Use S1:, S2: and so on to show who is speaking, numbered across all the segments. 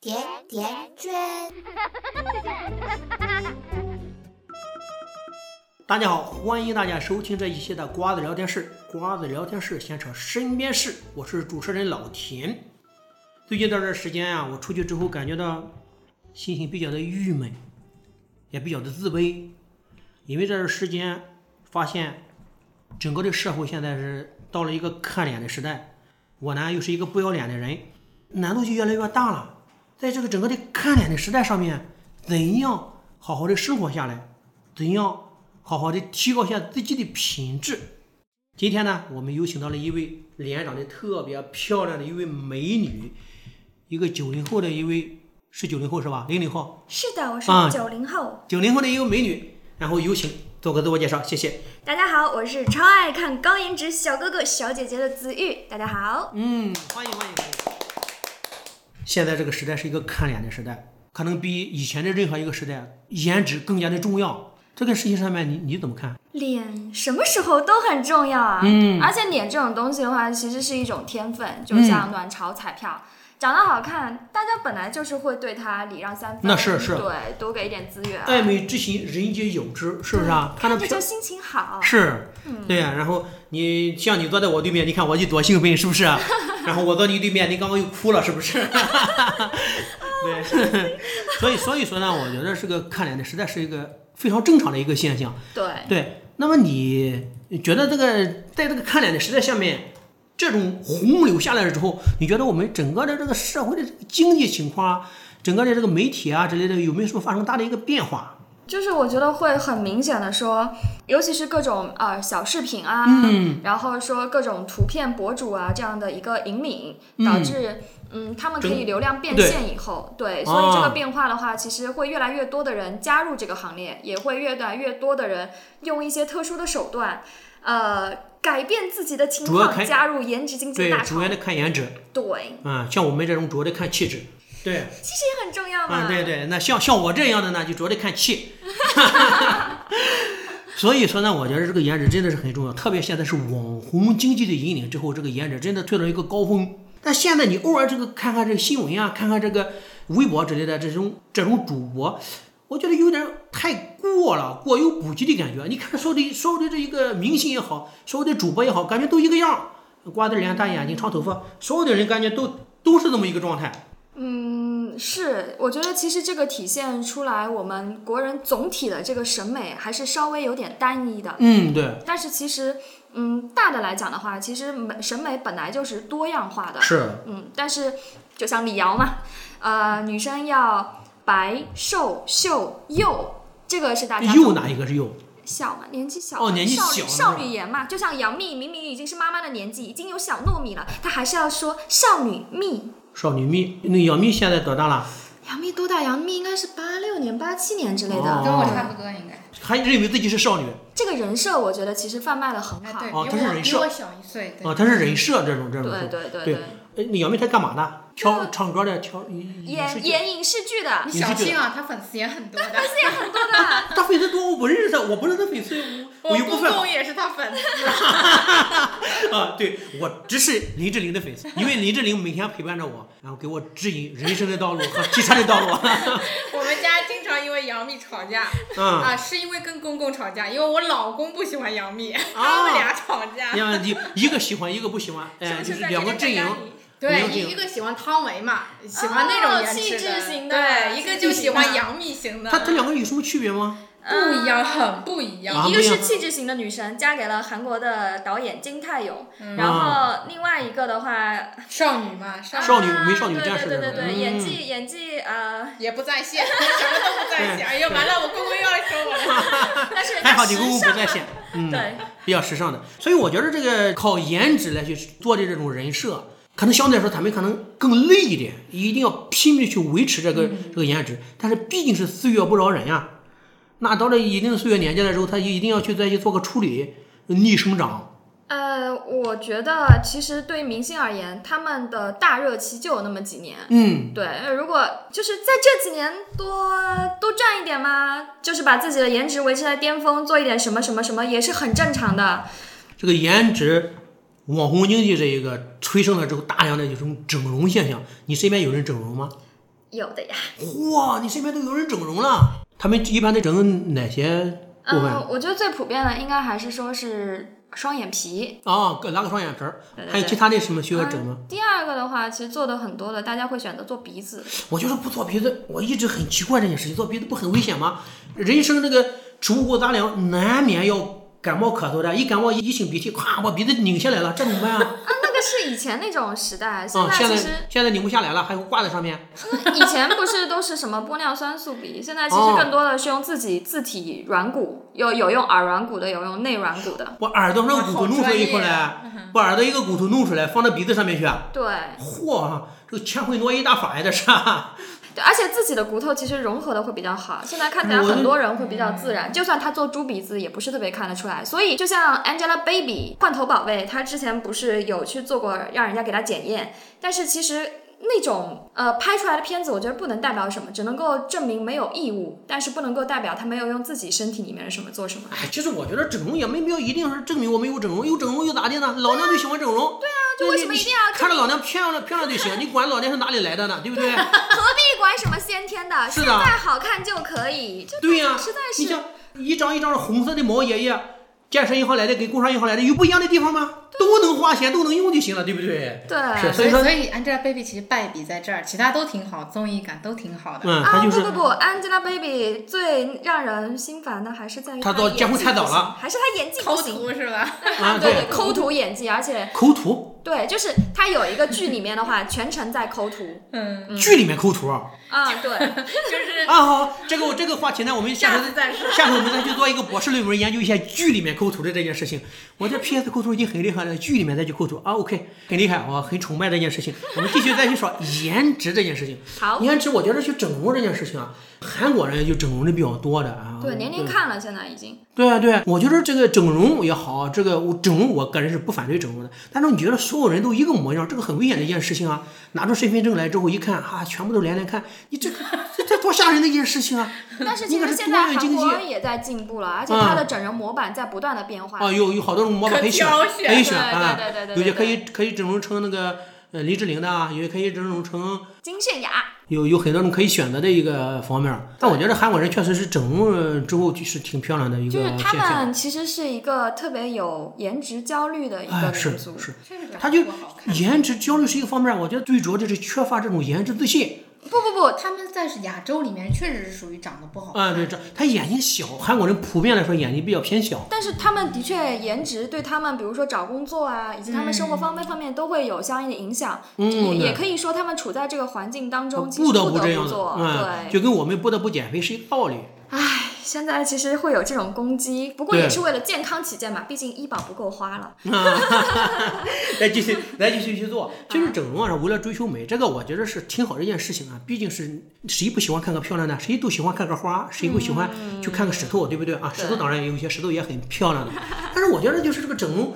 S1: 甜甜圈。
S2: 大家好，欢迎大家收听这一期的瓜子聊天室。瓜子聊天室，先扯身边事，我是主持人老田。最近这段时间啊，我出去之后感觉到心情比较的郁闷，也比较的自卑，因为这段时间发现整个的社会现在是到了一个看脸的时代，我呢又是一个不要脸的人，难度就越来越大了。在这个整个的看脸的时代上面，怎样好好的生活下来，怎样好好的提高一下自己的品质。今天呢，我们有请到了一位脸长得特别漂亮的一位美女，一个九零后的一位是九零后是吧？零零后，
S3: 是的，我是
S2: 啊
S3: 九零后。
S2: 九零后的一个美女，然后有请做个自我介绍，谢谢。
S3: 大家好，我是超爱看高颜值小哥哥小姐姐的子玉。大家好，
S2: 嗯，欢迎欢迎欢迎。现在这个时代是一个看脸的时代，可能比以前的任何一个时代，颜值更加的重要。这个事情上面你，你怎么看？
S3: 脸什么时候都很重要啊。
S2: 嗯
S3: 而且脸这种东西的话，其实是一种天分，就像卵巢彩票。长得好看，大家本来就是会对他礼让三分，
S2: 那是哎是
S3: 对，多给一点资源啊，
S2: 爱美之心，人皆有之，是不是啊？看
S3: 看
S2: 着
S3: 着
S2: 漂
S3: 就心情好。
S2: 是，
S3: 嗯
S2: 对呀、然后你像你坐在我对面，你看我就多兴奋，是不是啊？然后我坐你对面，你刚刚又哭了，是不是？
S3: 啊
S2: 对，所以所以说呢，我觉得这个看脸的实在是一个非常正常的一个现象。
S3: 对，
S2: 对，那么你觉得这个在这个看脸的时代下面，这种洪流下来了之后，你觉得我们整个的这个社会的这个经济情况啊，整个的这个媒体啊之类的，有没有什么发生大的一个变化？
S3: 就是我觉得会很明显的说，尤其是各种呃小视频啊，
S2: 嗯
S3: 然后说各种图片博主啊这样的一个引领，导致嗯他们可以流量变现以后，
S2: 哦
S3: 对，所以这个变化的话，其实会越来越多的人加入这个行列，也会越来越多的人用一些特殊的手段，呃，改变自己的情
S2: 主要
S3: 况，
S2: 看
S3: 加入颜值经济
S2: 对
S3: 的大，
S2: 主
S3: 潮
S2: 要，的看颜值，
S3: 对，
S2: 啊、像我们这种主要的看气质，对，
S3: 其实也很重要嘛，
S2: 啊，对对，那像像我这样的呢，就主要得看气。 所以说呢，我觉得这个颜值真的是很重要，特别现在是网红经济的引领之后，这个颜值真的退到一个高峰。但现在你偶尔这个看看这个新闻啊，看看这个微博之类的这种这种主播，我觉得有点太过了，过犹不及的感觉。你看所有的所有的这一个明星也好，所有的主播也好，感觉都一个样，瓜子脸、大眼睛、长头发，所有的人感觉都都是这么一个状态。
S3: 嗯，是，我觉得其实这个体现出来，我们国人总体的这个审美还是稍微有点单一的。
S2: 嗯，对，
S3: 但是其实，嗯，大的来讲的话，其实美审美本来就是多样化的。
S2: 是。
S3: 嗯，但是就像李瑶嘛，呃，女生要白、瘦、秀、幼，这个是大家
S2: 又哪一个是又？
S3: 小嘛，年纪小
S2: 哦
S3: 嘛
S2: 年纪
S3: 少
S2: 小
S3: 女
S2: 呢
S3: 少女颜嘛，就像杨幂明明已经是妈妈的年纪，已经有小糯米了，她还是要说少女蜜。
S2: 少女蜜，那杨幂现在多大了？
S3: 杨幂多大？杨幂应该是八六年、八七年之类的。
S2: 哦
S4: 跟我差不多应该。
S2: 还认为自己是少女
S3: 这个人设，我觉得其实贩卖的很
S4: 哎，
S3: 好。
S4: 对，
S2: 哦
S4: 比
S2: 他是
S4: 我
S2: 人
S4: 比
S2: 设
S4: 我小一岁，对。
S2: 啊？她是人设这种这种。
S3: 对对对
S2: 对
S3: 对，
S2: 哎那杨幂她干嘛的？跳唱歌的，跳也是
S3: 演。演影视剧的
S2: 你
S4: 你
S2: 是
S4: 小
S2: 觉得
S4: 心啊，他粉丝也很多的。
S2: 啊她粉丝多，我不认识她，我不是她粉丝， 我又不
S4: 公
S2: 粉
S4: 公也是他粉丝。
S2: 啊。对，我只是林志玲的粉丝，因为林志玲每天陪伴着我，然后给我指引人生的道路和其他的道路。
S4: 我们家经常因为杨幂吵架，
S2: 啊，
S4: 啊，是因为跟公公吵架，因为我老公不喜欢杨幂， 他
S2: 啊，
S4: 们俩吵架。
S2: 样你一个喜欢，一个不喜欢，
S4: 是
S2: 哎，
S4: 不
S2: 就是是
S4: 在
S2: 两
S4: 这
S2: 个
S4: 个
S2: 阵营哦
S4: 家。里？
S2: 两
S4: 对，
S2: 个阵营
S4: 一一个喜欢汤唯嘛，喜欢那种颜
S3: 气
S4: 值
S3: 质型的
S4: 对，一
S3: 气
S4: 个
S3: 质
S4: 就
S3: 型
S4: 喜欢
S3: 的
S4: 杨幂型的，
S2: 她她两个有什么区别吗？
S4: 不一样，很不一样。
S2: 啊
S3: 一
S2: 不
S3: 个
S2: 一样
S3: 是气质型的女神，嫁给了韩国的导演金泰勇，然
S2: 啊
S3: 后另外一个的话，
S4: 少女嘛，少女
S2: 少女
S3: 啊
S2: 美少女
S3: 对
S2: 战士
S3: 对
S2: 那
S3: 对
S2: 种
S3: 对对，
S2: 嗯
S3: 演技演 技呃，
S4: 也不在线，什么都不在
S2: 嗯
S4: 线。哎呀，完了，我公公又要说我了。
S3: 但是
S2: 还好你
S3: 时
S2: 公公不
S3: 尚
S2: 在
S3: 嘛
S2: 线。嗯。
S3: 对，
S2: 比较时尚的，所以我觉得这个靠颜值来去做的这种人设，可能相对来说他们可能更累一点，一定要拼命去维持这个、这个颜值。但是毕竟是岁月不饶人呀、那到了一定的岁月年纪了之后，他一定要去再去做个处理，逆生长。
S3: 呃，我觉得其实对于明星而言，他们的大热期就有那么几年，
S2: 嗯，
S3: 对，呃如果就是在这几年多多赚一点嘛，就是把自己的颜值维持在巅峰，做一点什么什么什么也是很正常的。
S2: 这个颜值、网红经济这一个催生了之后，大量的这种整容现象。你身边有人整容吗？
S3: 有的呀。
S2: 哇，你身边都有人整容了，他们一般都整哪些部分啊
S3: 嗯，我觉得最普遍的应该还是说是双眼皮。
S2: 啊？拉个双眼皮儿，
S3: 对对
S2: 还有
S3: 对
S2: 其他的什么需要整吗？
S3: 嗯第二个的话，其实做的很多的，大家会选择做鼻子。
S2: 我就是不做鼻子，我一直很奇怪这件事情，做鼻子不很危险吗？人生这个植物过杂粮，难免要感冒咳嗽的，一感冒一擤鼻涕，咵把鼻子拧下来了，这怎么办 啊？
S3: 啊，那个是以前那种 时代，现
S2: 啊、
S3: 在
S2: 现
S3: 其
S2: 在
S3: 实、
S2: 现在拧不下来了，还挂在上面。
S3: 嗯以前不是都是什么玻尿酸素鼻，现在其
S2: 哦
S3: 实更多的是用自己自体软骨，有有用耳软骨的，有用内软骨的。
S2: 我耳朵上
S4: 哇
S2: 骨头
S4: 好
S2: 弄出来
S4: 专
S2: 一块
S4: 业
S2: 来，
S3: 啊
S2: 把耳朵一个骨头弄出来，放到鼻子上面去。啊
S3: 对
S2: 嚯，这个千惠挪移大法呀，这是。啊
S3: 对，而且自己的骨头其实融合的会比较好。现在看起来
S2: 嗯我
S3: 很多人会比较自然，就算他做猪鼻子也不是特别看得出来。所以就像 Angelababy 换头宝贝，她之前不是有去做过让人家给她检验，但是其实。那种呃拍出来的片子，我觉得不能代表什么，只能够证明没有异物，但是不能够代表她没有用自己身体里面的什么做什么。
S2: 哎，其实我觉得整容也没必要一定是证明我们有整容，有整容又咋的呢？老娘就喜欢整容。对啊，
S3: 就为什么一定要
S2: 看着老娘漂亮漂亮就行？你管老娘是哪里来的呢？对不 对？
S3: 何必管什么先天的？
S2: 是
S3: 现
S2: 的
S3: 在好看就可以，这
S2: 对呀、
S3: 实在
S2: 你
S3: 是
S2: 像一张一张的红色的毛爷爷，建设银行来的跟工商银行来的有不一样的地方吗？
S3: 啊
S2: 都能花钱，都能用就行了，对不对？是所
S3: 对。
S4: 所
S2: 以
S4: 以
S2: 说
S4: 所以 Angelababy 其实败笔在这儿，其他都挺好，综艺感都挺好的。
S2: 嗯，
S3: 啊
S2: 他就
S3: 不
S2: 是、
S3: 不不，Angelababy 最让人心烦的还是在于
S2: 她
S3: 她
S2: 到
S3: 演
S2: 结婚
S3: 技
S2: 太
S3: 不
S2: 早
S3: 行
S2: 了，
S3: 还是她演技不
S4: 抠
S3: 行。
S4: 图是吧？ 嗯
S2: 啊，
S3: 对
S2: 对，
S3: 抠图演技，而且
S2: 抠图，
S3: 对，就是她有一个剧里面的话，全程在抠图
S4: 嗯，
S2: 剧里面抠图啊。
S3: 啊， 对，
S4: 就是
S2: 啊，好，这个这个话题呢，我们下
S4: 下
S2: 回
S4: 次再说。
S2: 下次我们再去做一个博士论文，研究一下剧里面抠图的这件事情。我这 PS 抠图已经很厉害了，剧里面再去抠图啊，OK，很厉害，我很崇拜这件事情。我们继续再去说颜值这件事情。
S3: 好，
S2: 颜值，我觉得去整容这件事情啊，韩国人就整容的比较多的啊。
S3: 嗯对，年龄看了，现在已经
S2: 对啊，对啊，我觉得这个整容也好，啊这个我整容，我个人是不反对整容的。但是你觉得所有人都一个模样，这个很危险的一件事情啊！拿出身份证来之后一看，哈、全部都连连看，你这这这多吓人的一件事情啊！
S3: 但是
S2: 应
S3: 其
S2: 该
S3: 实
S2: 是
S3: 现
S2: 多
S3: 在
S2: 元
S3: 韩
S2: 经济
S3: 国也在进步了，而且它的整容模板在不断的变化。
S2: 啊，有有好多种模板可以选，
S4: 可挑选
S2: 可以
S3: 对
S2: 选啊，
S3: 对对对对对，
S2: 有些可
S3: 对
S2: 以可以整容成那个呃林志玲的啊，有些可以整容成
S3: 金泫雅，
S2: 有有很多种可以选择的一个方面儿。但我觉得韩国人确实是整容呃之后就是挺漂亮的一个
S3: 就是
S2: 现
S3: 他
S2: 象。
S3: 们其实是一个特别有颜值焦虑的一个
S2: 哎，是
S3: 民族。
S2: 是，
S4: 这个
S2: 他就
S4: 不好看
S2: 颜值焦虑是一个方面儿，我觉得最主要就是缺乏这种颜值自信。
S3: 不不不，
S4: 他们在亚洲里面确实是属于长得不好看。
S2: 啊，对，这他眼睛小，韩国人普遍来说眼睛比较偏小。
S3: 但是他们的确颜值对他们，比如说找工作啊，以及他们生活方面方面都会有相应的影响。
S2: 嗯，
S3: 也也
S2: 对。哦
S3: 可以说他们处在这个环境当中，其实
S2: 不得
S3: 不
S2: 这样
S3: 做。
S2: 嗯，
S3: 对，
S2: 就跟我们不得不减肥是一个道理。
S3: 现在其实会有这种攻击，不过
S2: 对
S3: 也是为了健康起见嘛，毕竟医保不够花了。
S2: 咱继续，咱继续去做。其实整容啊，为了追求美，这个我觉得是挺好的一件事情啊。毕竟是谁不喜欢看个漂亮的，谁都喜欢看个花，谁不喜欢去看个石头，对不对啊？
S3: 对
S2: 石头当然也有一些石头也很漂 亮的，但是我觉得就是这个整容，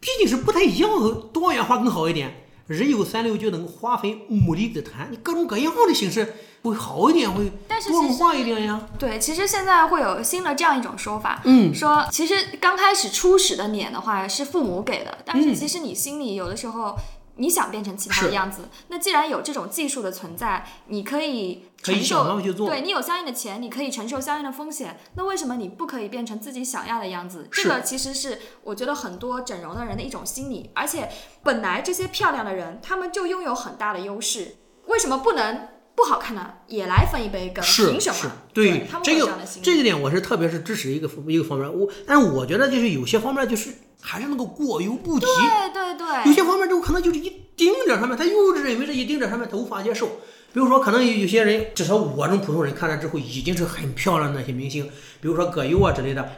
S2: 毕竟是不太一样，多元化更好一点。人有三六九等，花肥牡蛎子檀，你各种各样的形式会好一点，会
S3: 但是
S2: 多
S3: 其
S2: 元
S3: 实
S2: 化一点呀。
S3: 对，其实现在会有新的这样一种说法，
S2: 嗯，
S3: 说其实刚开始初始的脸的话是父母给的，但是其实你心里有的时候。你想变成其
S2: 嗯
S3: 他
S2: 是
S3: 的样子，那既然有这种技术的存在，你可以
S2: 可以想
S3: 承受，
S2: 办法去做
S3: 对你有相应的钱，你可以承受相应的风险，那为什么你不可以变成自己想要的样子？
S2: 是
S3: 这个其实是我觉得很多整容的人的一种心理，而且本来这些漂亮的人，他们就拥有很大的优势，为什么不能不好看呢？也来分一杯羹，
S2: 是
S3: 凭什
S2: 是
S3: 么？
S2: 对
S3: 他们会
S2: 这
S3: 有
S2: 个
S3: 这样的心理。
S2: 这一点我是特别是支持一个一个方面，我但是我觉得就是有些方面就是还是那个过犹不及，
S3: 对对
S2: 有
S3: 对，
S2: 些方面就可能就是一丁点儿上面，他又认为这一丁点儿上面他无法接受。比如说，可能有有些人，至少我这种普通人看了之后，已经是很漂亮的那些明星，比如说葛优啊之类的。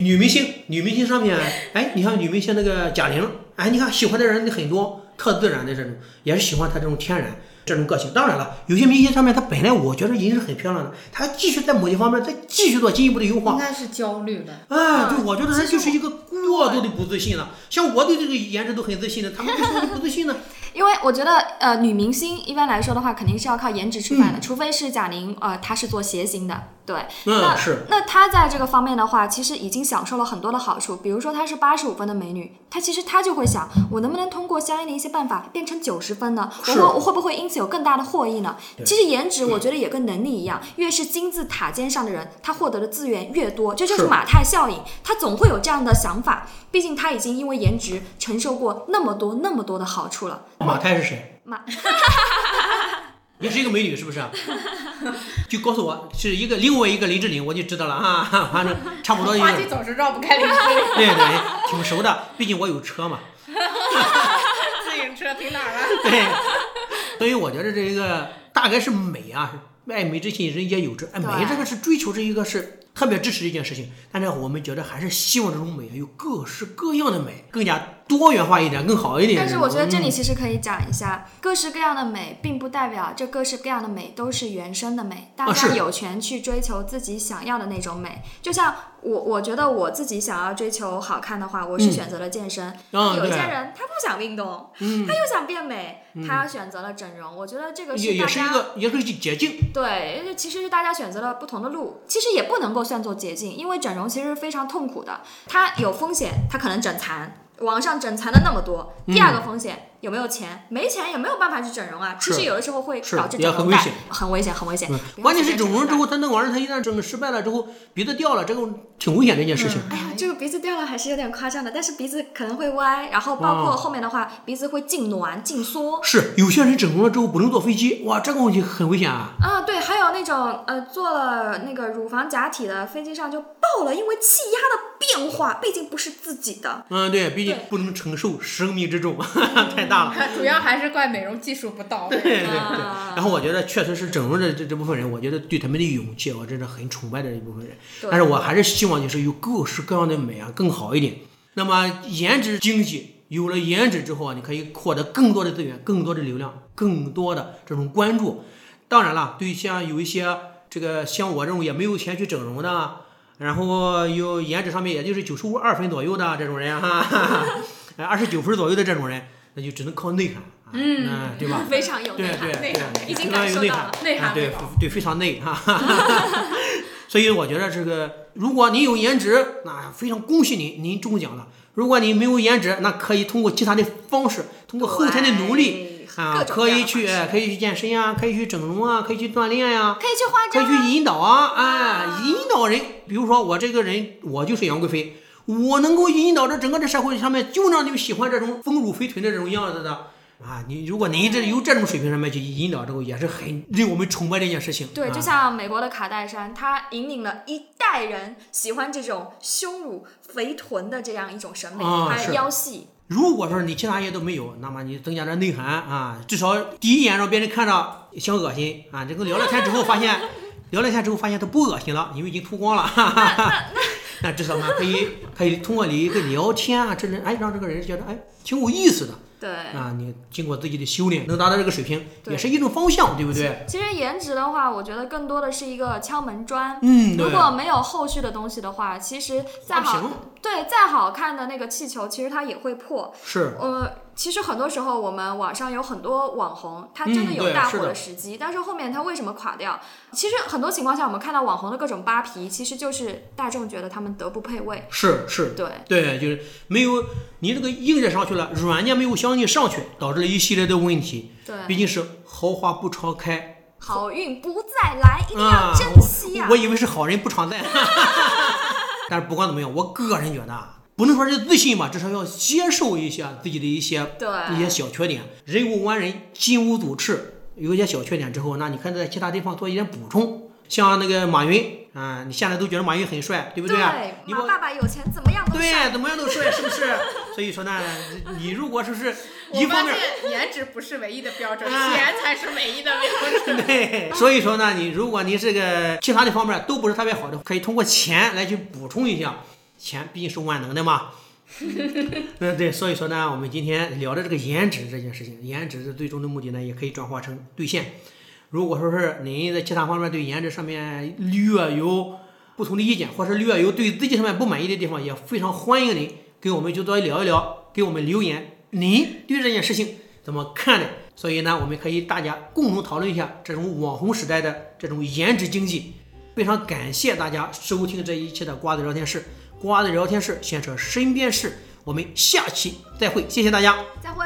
S2: 女明星，女明星上面，哎，你像女明星那个贾玲，哎，你看喜欢的人很多，特自然的这种，也是喜欢她这种天然这种个性。当然了，有些明星上面，她本来我觉得已经是很漂亮的，她还继续在某些方面再继续做进一步的优化
S4: 应，该是焦虑了。
S2: 哎，
S3: 嗯
S2: 对，我觉得
S3: 其
S2: 人
S3: 实
S2: 就是一个过度的不自信了。像我对这个颜值都很自信的，他们为什么就不自信呢？
S3: 因为我觉得呃，女明星一般来说的话，肯定是要靠颜值吃饭的，除非是贾玲，呃，她是做谐星的，对。
S2: 嗯，
S3: 那
S2: 是，
S3: 那她在这个方面的话，其实已经享受了很多的好处，比如说她是八十五分的美女，她其实她就会想，我能不能通过相应的一些办法变成九十分呢？我
S2: 是
S3: 会我会不会因此有更大的获益呢？
S2: 对
S3: 其实颜值我觉得也跟能力一样，越是金字塔尖上的人，他获得的资源越多，这就是
S2: 是
S3: 马太效应。他总会有这样的想法，毕竟他已经因为颜值承受过那么多那么多的好处了。
S2: 马太是谁？
S3: 马
S2: 也是一个美女，是不是？就告诉我是一个另外一个林志玲，我就知道了啊，反正差不多一个
S4: 话。题总是绕不开林志玲。
S2: 对对，挺熟的，毕竟我有车嘛。
S4: 自行车停哪儿了？
S2: 对，所以我觉得这一个大概是美啊，爱美之心人皆有之。哎，美这个是追求这一个是特别支持的一件事情，但是我们觉得还是希望这种美啊有各式各样的美，更加多元化一点，更好一点。
S3: 但是我觉得这里
S2: 嗯
S3: 其实可以讲一下，各式各样的美，并不代表这各式各样的美都是原生的美，大家
S2: 啊是
S3: 有权去追求自己想要的那种美。就像我，我觉得我自己想要追求好看的话，我是
S2: 嗯
S3: 选择了健身。
S2: 啊，
S3: 有一
S2: 对
S3: 些，人他不想运动，
S2: 嗯
S3: 他，又想变美，他选择了整容。我觉得这个
S2: 嗯也
S3: 大
S2: 也是一
S3: 家。
S2: 个也是一个捷径。
S3: 对，就其实是大家选择了不同的路，其实也不能够算作捷径，因为整容其实是非常痛苦的，它有风险，它可能整残，网上整残的那么多。
S2: 嗯
S3: 第二个风险、有没有钱？没钱也没有办法去整容啊。其
S2: 是
S3: 实有的时候会
S2: 是
S3: 导致
S2: 也
S3: 整
S2: 很
S3: 容
S2: 危
S3: 带
S2: 险，
S3: 很危险，很危险。不要
S2: 嗯关键
S3: 随
S2: 是
S3: 便
S2: 整容之
S3: 带
S2: 后，他那个玩意儿，他一旦整失败了之后，鼻子掉了，这个挺危险的一件事情。
S3: 哎呀，这个鼻子掉了还是有点夸张的，但是鼻子可能会歪，然后包括
S2: 哦
S3: 后面的话，鼻子会痉挛、紧缩。
S2: 是有些人整容了之后不能坐飞机，哇，这个问题很危险啊。
S3: 啊，对，还有那种呃，做了那个乳房假体的，飞机上就爆了，因为气压的变化，毕竟不是自己的。
S2: 嗯，对，毕竟
S3: 对
S2: 不能承受生命之重， 太大了。
S4: 主要还是怪美容技术不到
S2: 对
S4: 位。
S2: 对对，
S3: 啊
S2: 然后我觉得确实是整容的这这部分人，我觉得对他们的勇气，我真的很崇拜的一部分人。
S3: 对
S2: 但是我还是希望就是有各式各样的美啊，更好一点。那么颜值经济，有了颜值之后啊，你可以获得更多的资源、更多的流量、更多的这种关注。当然了，对于像有一些这个像我这种也没有钱去整容的，然后有颜值上面也就是九十五二分左右的这种人 哈、哈，二十九分左右的这种人，那就只能靠内涵啊，
S4: 嗯
S2: 对吧？
S3: 非常有
S2: 对
S3: 内涵。
S2: 对
S4: 内涵
S2: 对，
S3: 已经
S2: 非常
S3: 感
S2: 有
S3: 受
S2: 内
S3: 到
S2: 涵
S3: 了
S4: 内
S2: 啊
S4: 涵
S2: 对
S4: 不到。
S2: 对，非常内哈。哈哈哈所以我觉得这个，如果您有颜值，那非常恭喜您，您中奖了；如果你没有颜值，那可以通过其他的方式，通过后天的努力
S3: 力
S2: 啊，可以去，哎可以去健身呀、可以去整容啊，可以去锻炼呀、
S3: 可以去化
S2: 可以
S3: 妆啊，
S2: 去引导啊，
S3: 啊
S2: 哎，引导人。比如说我这个人，我就是杨贵妃，我能够引导着整个这社会上面，就让你们喜欢这种丰乳肥臀的这种样子的啊。你如果你这有这种水平上面去引导，这个也是很令我们崇拜的一件事情。
S3: 对，
S2: 啊
S3: 就像美国的卡戴珊，她引领了一代人喜欢这种胸乳肥臀的这样一种审美，
S2: 啊
S3: 还有
S2: 是
S3: 腰细。
S2: 如果说你其他也都没有，那么你增加点内涵啊，至少第一眼让别人看着想恶心啊。这个聊了天之后发现， 聊了天之后发现他不恶心了，因为已经脱光了。 哈哈哈。那至少呢，可以可以通过你一个聊天啊，这人哎让这个人觉得哎挺有意思的
S3: 对，
S2: 啊。你经过自己的修炼，能达到这个水平，
S3: 对
S2: 也是一种方向，对不对？
S3: 其实颜值的话，我觉得更多的是一个敲门砖。
S2: 嗯，对
S3: 如。果没有后续的东西的话，其实再
S2: 花
S3: 好
S2: 瓶
S3: 对，再好看的那个气球，其实它也会破。
S2: 是
S3: 呃，其实很多时候我们网上有很多网红，他真的
S2: 嗯
S3: 有
S2: 对
S3: 大
S2: 是
S3: 火
S2: 的
S3: 的时机，但是后面他为什么垮掉？其实很多情况下，我们看到网红的各种扒皮，其实就是大众觉得他们德不配位。
S2: 是是，
S3: 对，
S2: 对，就是没有你这个硬件上去了，软件没有相应上去，导致了一系列的问题。毕
S3: 对，
S2: 竟是豪华不常开。
S3: 好运不再来，一定要
S2: 啊
S3: 珍惜呀、
S2: 我以为是好人不常 在，但是不管怎么样，我个人觉得啊，不能说是自信吧，至少要接受一下自己的一些一些
S3: 对，
S2: 小缺点。人无完人，金无足赤，有一些小缺点之后，那你看在其他地方做一点补充。像那个马云啊、你现在都觉得马云很帅，对不啊？你
S3: 马
S2: 我
S3: 爸爸有钱怎么样都帅。
S2: 对，怎么样都帅，是不是？所以说呢，你如果说 是
S4: 我
S2: 一
S4: 发
S2: 方面
S4: 现颜值不是唯一的标准，
S2: 哎
S4: 钱才是唯一的标准。
S2: 对， 所以说呢，你如果你这个其他的方面都不是特别好的，可以通过钱来去补充一下，钱毕竟是万能的嘛。那对，所以说呢，我们今天聊的这个颜值这件事情，颜值的最终的目的呢，也可以转化成兑现。如果说是您在其他方面对颜值上面略有不同的意见，或是略有对自己上面不满意的地方，也非常欢迎您给我们去多聊一聊，给我们留言，您对这件事情怎么看的？所以呢，我们可以大家共同讨论一下这种网红时代的这种颜值经济。非常感谢大家收听这一期的瓜子聊天室，瓜子聊天室，牵扯身边事。我们下期再会，谢谢大家。
S3: 再会。